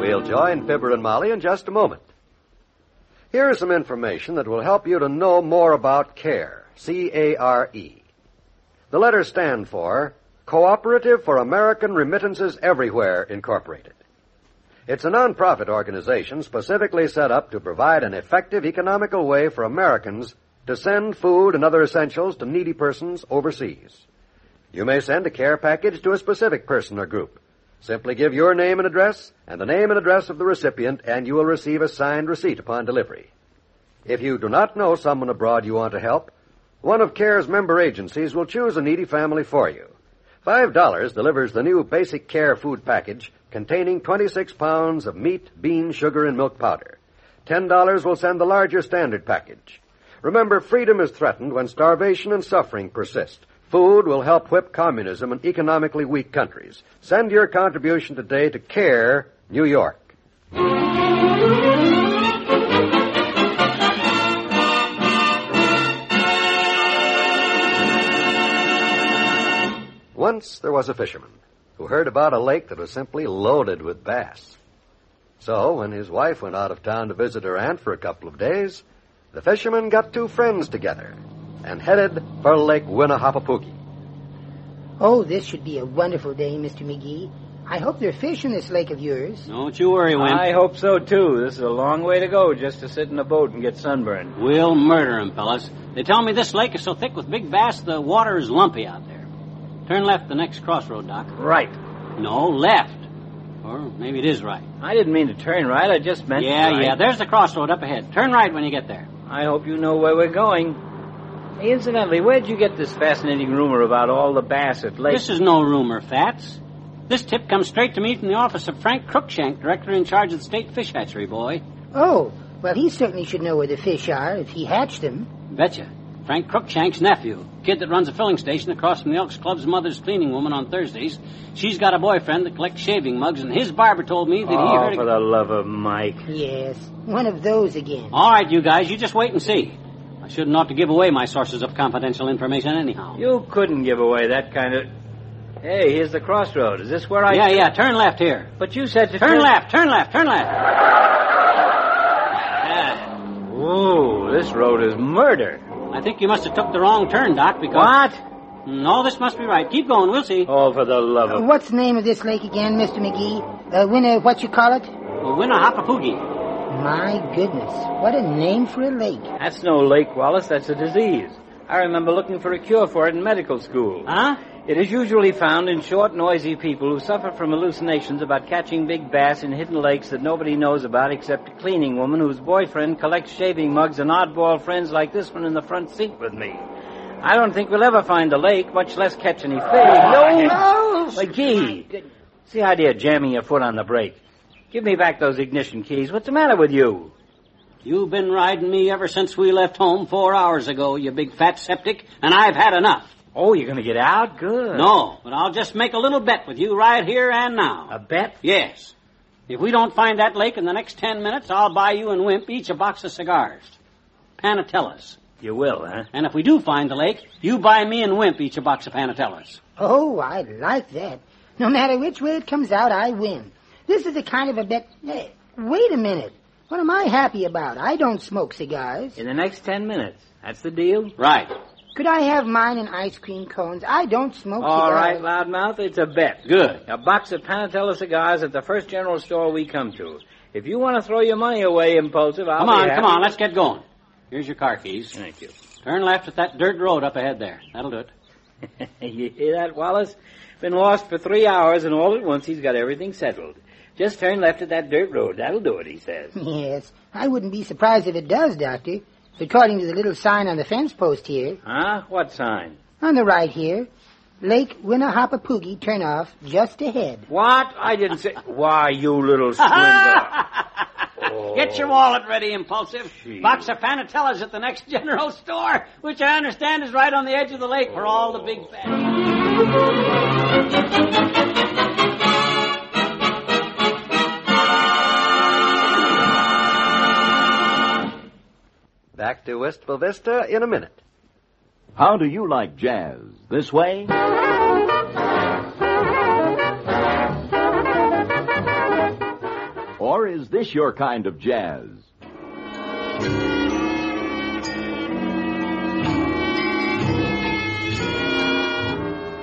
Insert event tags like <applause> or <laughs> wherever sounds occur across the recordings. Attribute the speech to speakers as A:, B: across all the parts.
A: We'll join Fibber and Molly in just a moment. Here is some information that will help you to know more about CARE, C A R E. The letters stand for Cooperative for American Remittances Everywhere, Incorporated. It's a nonprofit organization specifically set up to provide an effective economical way for Americans to send food and other essentials to needy persons overseas. You may send a care package to a specific person or group. Simply give your name and address and the name and address of the recipient, and you will receive a signed receipt upon delivery. If you do not know someone abroad you want to help, one of CARE's member agencies will choose a needy family for you. Five dollars delivers the new basic care food package containing 26 pounds of meat, bean, sugar, and milk powder. Ten dollars will send the larger standard package. Remember, freedom is threatened when starvation and suffering persist. Food will help whip communism in economically weak countries. Send your contribution today to CARE, New York. Once there was a fisherman who heard about a lake that was simply loaded with bass. So, when his wife went out of town to visit her aunt for a couple of days, the fisherman got two friends together and headed for Lake Winnehapapuki.
B: Oh, this should be a wonderful day, Mr. McGee. I hope there are fish in this lake of yours.
C: Don't you worry, Wimp.
D: I hope so, too. This is a long way to go just to sit in a boat and get sunburned.
C: We'll murder 'em, fellas. They tell me this lake is so thick with big bass the water is lumpy out there. Turn left the next crossroad, Doc.
D: Right.
C: No, left. Or maybe it is right.
D: I didn't mean to turn right. I just meant
C: yeah,
D: right.
C: yeah, there's the crossroad up ahead. Turn right when you get there.
D: I hope you know where we're going. Hey, incidentally, where'd you get this fascinating rumor about all the bass at Lake?
C: This is no rumor, Fats. This tip comes straight to me from the office of Frank Cruikshank, director in charge of the state fish hatchery, boy.
B: Oh, well, he certainly should know where the fish are if he hatched them.
C: Betcha. Frank Cruikshank's nephew, kid that runs a filling station across from the Elks Club's mother's cleaning woman on Thursdays. She's got a boyfriend that collects shaving mugs, and his barber told me that he
D: oh,
C: heard.
D: for
C: A...
D: the love of Mike.
B: Yes, one of those again.
C: All right, you guys, you just wait and see. I shouldn't ought to give away my sources of confidential information, anyhow.
D: You couldn't give away that kind of... Hey, here's the crossroad. Is this where I...
C: Yeah, yeah. Turn left here.
D: But you said to
C: Turn left. Turn left. Turn left.
D: Ooh, this road is murder.
C: I think you must have took the wrong turn, Doc. Because
D: What?
C: No, this must be right. Keep going. We'll see.
D: Oh, for the love of...
B: What's the name of this lake again, Mr. McGee? Uh, Winna, what you call it?
C: Winnahapapugi.
B: My goodness, what a name for a lake.
D: That's no lake, Wallace. That's a disease. I remember looking for a cure for it in medical school.
C: Huh?
D: It is usually found in short, noisy people who suffer from hallucinations about catching big bass in hidden lakes that nobody knows about except a cleaning woman whose boyfriend collects shaving mugs and oddball friends like this one in the front seat with me. I don't think we'll ever find a lake, much less catch any fish. No! <laughs>
B: Oh,
D: McGee! It's the idea of jamming your foot on the brake. Give me back those ignition keys. What's the matter with you?
C: You've been riding me ever since we left home four hours ago, you big fat septic, and I've had enough.
D: Oh, you're gonna get out? Good.
C: No, but I'll just make a little bet with you right here and now.
D: A bet?
C: Yes. If we don't find that lake in the next ten minutes, I'll buy you and Wimp each a box of cigars. Panatellas.
D: You will, huh?
C: And if we do find the lake, you buy me and Wimp each a box of Panatellas.
B: oh, I like that. No matter which way it comes out, I win. This is the kind of a bet. Hey, wait a minute. What am I happy about? I don't smoke cigars.
D: In the next ten minutes. That's the deal?
C: Right.
B: Could I have mine in ice cream cones? I don't smoke
D: All right,
B: cigars.
D: loudmouth, it's a bet.
C: Good.
D: A box of Panatella cigars at the first general store we come to. If you want to throw your money away, impulsive, I'll
C: Come
D: be
C: on,
D: happy.
C: come on, let's get going. Here's your car keys.
D: Thank <laughs> you.
C: Turn left at that dirt road up ahead there. That'll do it.
D: you hear that, Wallace? Been lost for three hours, and all at once he's got everything settled. Just turn left at that dirt road. That'll do it, he says.
B: <laughs> Yes, I wouldn't be surprised if it does, Doctor. According to the little sign on the fence post here,
D: Huh? What sign?
B: on the right here, Lake Winnehapapugi turnoff just ahead.
D: What? I didn't <laughs> say. Why, you little swindler. <laughs>
C: Get your wallet ready, Impulsive. Box of Fanatellas at the next general store, which I understand is right on the edge of the lake for all the
D: Oh.
C: big fat.
E: Back to Wistful Vista in a minute.
F: How do you like jazz? This way? Or is this your kind of jazz?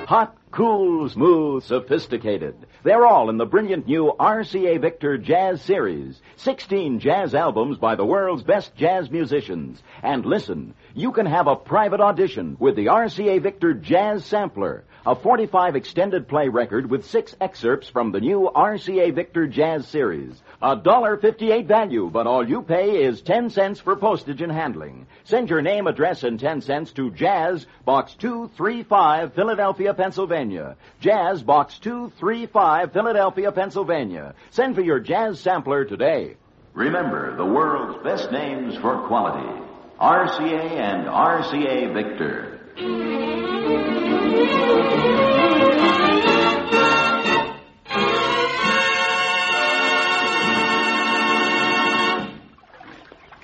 F: Hot, cool, smooth, sophisticated. They're all in the brilliant new RCA Victor Jazz Series. 16 jazz albums by the world's best jazz musicians. And listen, you can have a private audition with the RCA Victor Jazz Sampler, a 45 extended play record with six excerpts from the new RCA Victor Jazz Series. A dollar fifty-eight value, but all you pay is ten cents for postage and handling. Send your name, address, and ten cents to Jazz Box two three five, Philadelphia, Pennsylvania. Jazz Box two three five, Philadelphia, Pennsylvania. Send for your jazz sampler today. Remember the world's best names for quality: RCA and RCA Victor.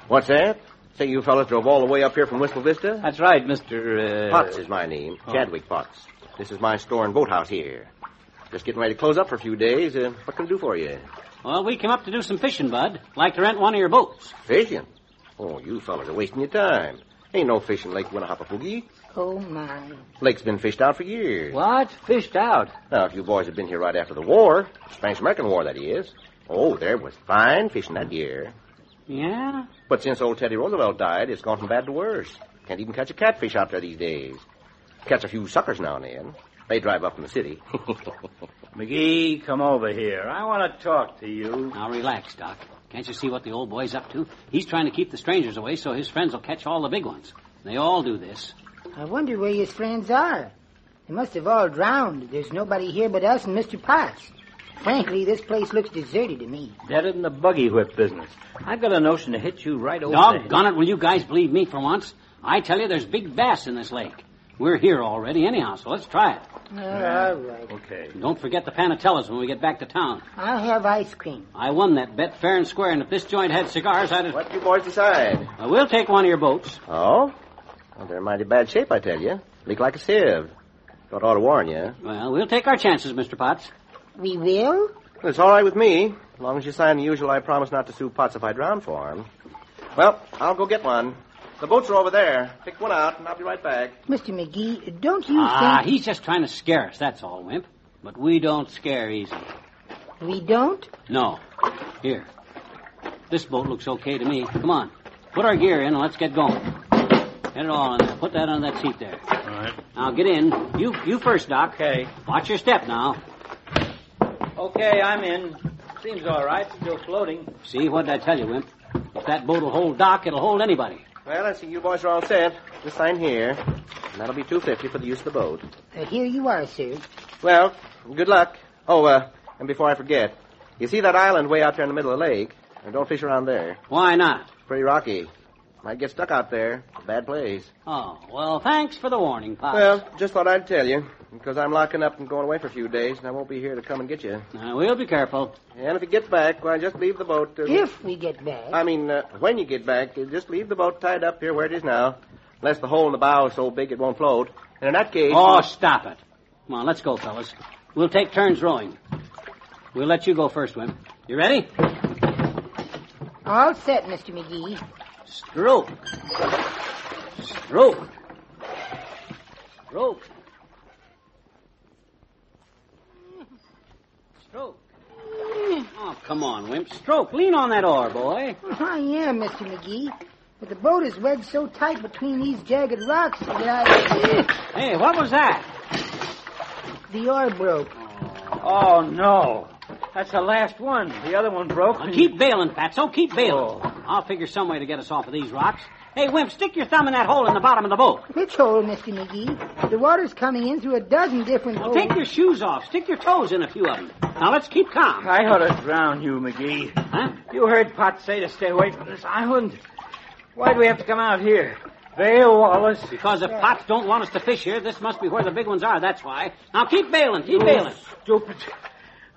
A: What's that? Say, you fellas drove all the way up here from Whistle Vista?
D: That's right, Mr. Uh,
A: Potts is my name. Chadwick Potts. This is my store and boathouse here. Just getting ready to close up for a few days. Uh, what can I do for you?
C: Well, we came up to do some fishing, Bud. Like to rent one of your boats.
A: Fishing? Oh, you fellas are wasting your time. Ain't no fishing Lake Winnehapapugi.
B: Oh, my.
A: Lake's been fished out for years.
D: What? Fished out.
A: Now, if you boys had been here right after the war, Spanish-American War, that is. Oh, there was fine fishing that year.
D: <laughs>
C: Yeah?
A: But since old Teddy Roosevelt died, it's gone from bad to worse. Can't even catch a catfish out there these days. Catch a few suckers now and then. They drive up from the city.
D: McGee, come over here. I want to talk to you.
C: Now relax, Doc. Can't you see what the old boy's up to? He's trying to keep the strangers away so his friends will catch all the big ones. They all do this.
B: I wonder where his friends are. They must have all drowned. There's nobody here but us and Mr. Potts. Frankly, this place looks deserted to me.
D: Better than the buggy whip business. I've got a notion to hit you right over the head.
C: Doggone it, will you guys believe me for once? I tell you, there's big bass in this lake. We're here already anyhow, so let's try it.
B: all right.
D: Okay.
C: And don't forget the panatellas when we get back to town.
B: I'll have ice cream.
C: I won that bet fair and square, and if this joint had cigars, I'd have...
A: what you boys decide?
C: Well, we'll take one of your boats.
A: Oh? Well, they're in mighty bad shape, I tell you. Leak like a sieve. Thought I ought to warn you.
C: Well, we'll take our chances, Mr. Potts.
B: We will?
A: Well, it's all right with me, as long as you sign the usual I promise not to sue Potts if I drown for him. Well, I'll go get one. The boats are over there. Pick one out, and I'll be right back.
B: Mr. McGee, don't you
C: Ah,
B: think
C: he's just trying to scare us, that's all, Wimp. But we don't scare easy.
B: we don't?
C: No. Here. This boat looks okay to me. Come on. Put our gear in and let's get going. Get it all in there. Put that on that seat there.
D: All right.
C: Now get in. You you first, Doc.
D: Okay.
C: Watch your step now.
D: Okay, I'm in. Seems all right. Still floating.
C: See, what did I tell you, Wimp? If that boat'll hold Doc, it'll hold anybody.
A: Well, I see you boys are all set. Just sign here. And that'll be two fifty for the use of the boat.
B: Uh, here you are, sir.
A: Well, good luck. Oh, uh, and before I forget, you see that island way out there in the middle of the lake? And don't fish around there.
C: Why not?
A: It's pretty rocky. Might get stuck out there. It's a bad place.
C: Oh, well, thanks for the warning, Pop.
A: Well, just thought I'd tell you, because I'm locking up and going away for a few days, and I won't be here to come and get you.
C: Now, we'll be careful.
A: And if you get back, why, just leave the boat. Uh,
B: If we get back.
A: I mean, uh, when you get back, uh, just leave the boat tied up here where it is now, unless the hole in the bow is so big it won't float. And in that case,
C: Oh, stop it. Come on, let's go, fellas. We'll take turns rowing. We'll let you go first, Wimp. You ready?
B: All set, Mr. McGee.
C: Stroke. Stroke. Stroke. Stroke. Oh, come on, Wimp. Stroke. Lean on that oar, boy.
B: I am, Mr. McGee. But the boat is wedged so tight between these jagged rocks that <laughs> I...
C: Hey, what was that?
B: the oar broke.
D: Oh, no. That's the last one. The other one broke.
C: Now keep bailing, Fatso. Keep bailing. I'll figure some way to get us off of these rocks. Hey, Wimp, stick your thumb in that hole in the bottom of the boat.
B: Which hole, Mr. McGee? The water's coming in through a dozen different
C: Well,
B: holes.
C: take your shoes off. Stick your toes in a few of them. Now let's keep calm.
D: I ought to drown you, McGee.
C: Huh?
D: You heard Pot say to stay away from this island. Why do we have to come out here? Vale, Wallace.
C: Because if pots don't want us to fish here, this must be where the big ones are, that's why. Now keep bailing, keep bailing.
D: Stupid.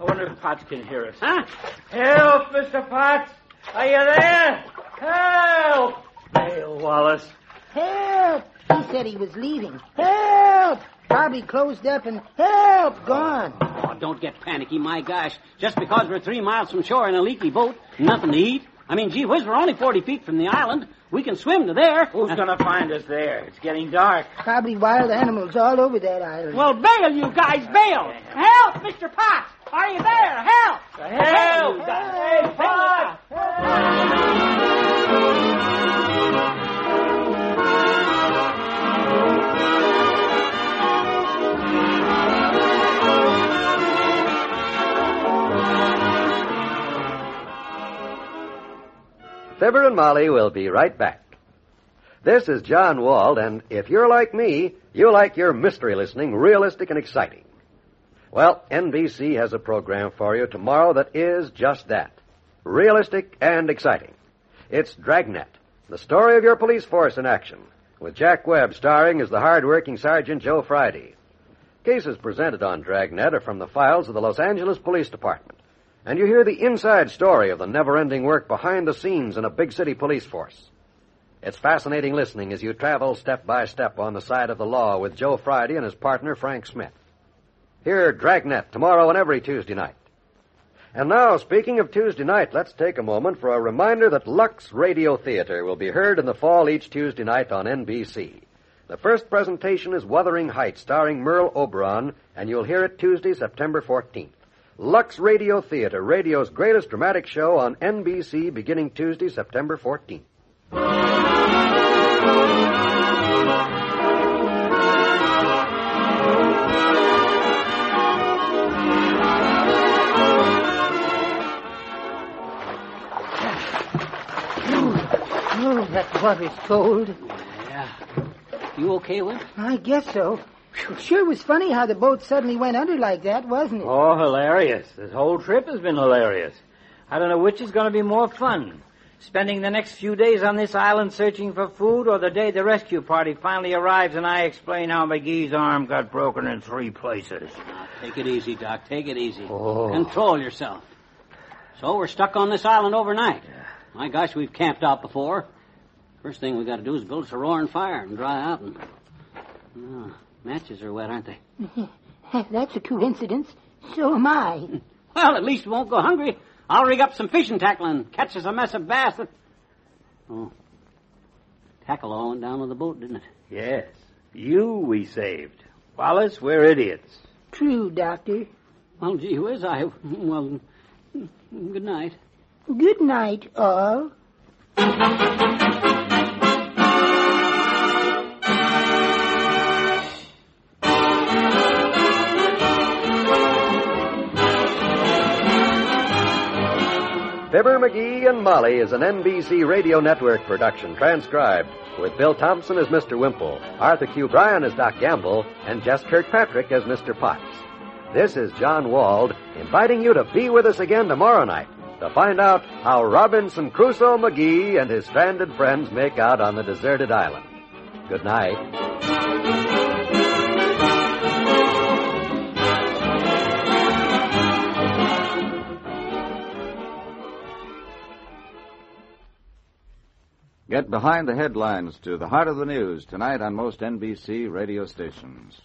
D: I wonder if Potts can hear us.
C: Huh?
D: Help, Mr. Potts. Are you there? Help! Vale, Wallace.
B: Help! He said he was leaving. Help! Bobby closed up and help! Gone.
C: Oh, don't get panicky, my gosh. Just because we're three miles from shore in a leaky boat, nothing to eat. I mean, gee whiz, we're only 40 feet from the island. We can swim to there.
D: Who's gonna find us there? It's getting dark.
B: Probably wild animals all over that island.
C: Well, bail, you guys, bail! Help, Mr. Potts! Are you there? Help! Help! you guys. Bail, Potts.
A: Fibber and Molly will be right back. This is John Wald, and if you're like me, you like your mystery listening realistic and exciting. Well, NBC has a program for you tomorrow that is just that realistic and exciting. It's Dragnet, the story of your police force in action, with Jack Webb starring as the hard-working Sergeant Joe Friday. Cases presented on Dragnet are from the files of the Los Angeles Police Department, and you hear the inside story of the never ending work behind the scenes in a big city police force. It's fascinating listening as you travel step by step on the side of the law with Joe Friday and his partner Frank Smith. Hear Dragnet tomorrow and every Tuesday night. And now, speaking of Tuesday night, let's take a moment for a reminder that Lux Radio Theater will be heard in the fall each Tuesday night on NBC. The first presentation is Wuthering Heights, starring Merle Oberon, and you'll hear it Tuesday, September 14th. Lux Radio Theater, radio's greatest dramatic show on NBC, beginning Tuesday, September 14th.
B: Oh, that water's cold.
C: You okay, Wimp?
B: I guess so. It sure was funny how the boat suddenly went under like that, wasn't it?
D: Oh, hilarious. This whole trip has been hilarious. I don't know which is going to be more fun. Spending the next few days on this island searching for food or the day the rescue party finally arrives and I explain how McGee's arm got broken in three places.
C: Now, take it easy, Doc. Take it easy. Control yourself. So we're stuck on this island overnight. My gosh, we've camped out before. First thing we got to do is build us a roaring fire and dry out. And Ah, matches are wet, aren't they?
B: That's a coincidence. So am I.
C: Well, at least we won't go hungry. I'll rig up some fishing tackle and catch us a mess of bass. That... Oh, tackle all went down with the boat, didn't it?
D: Yes. You we saved. Wallace, we're idiots.
B: <laughs> True, Doctor.
C: Well, gee whiz, I <laughs> well, good night.
B: Good night, all.
A: Fibber McGee and Molly is an NBC Radio Network production transcribed with Bill Thompson as Mr. Wimple, Arthur Q. Bryan as Doc Gamble, and Jess Kirkpatrick as Mr. Potts. This is John Wald inviting you to be with us again tomorrow night to find out how Robinson Crusoe McGee and his stranded friends make out on the deserted island. Good night.
G: Get behind the headlines to the heart of the news tonight on most NBC radio stations.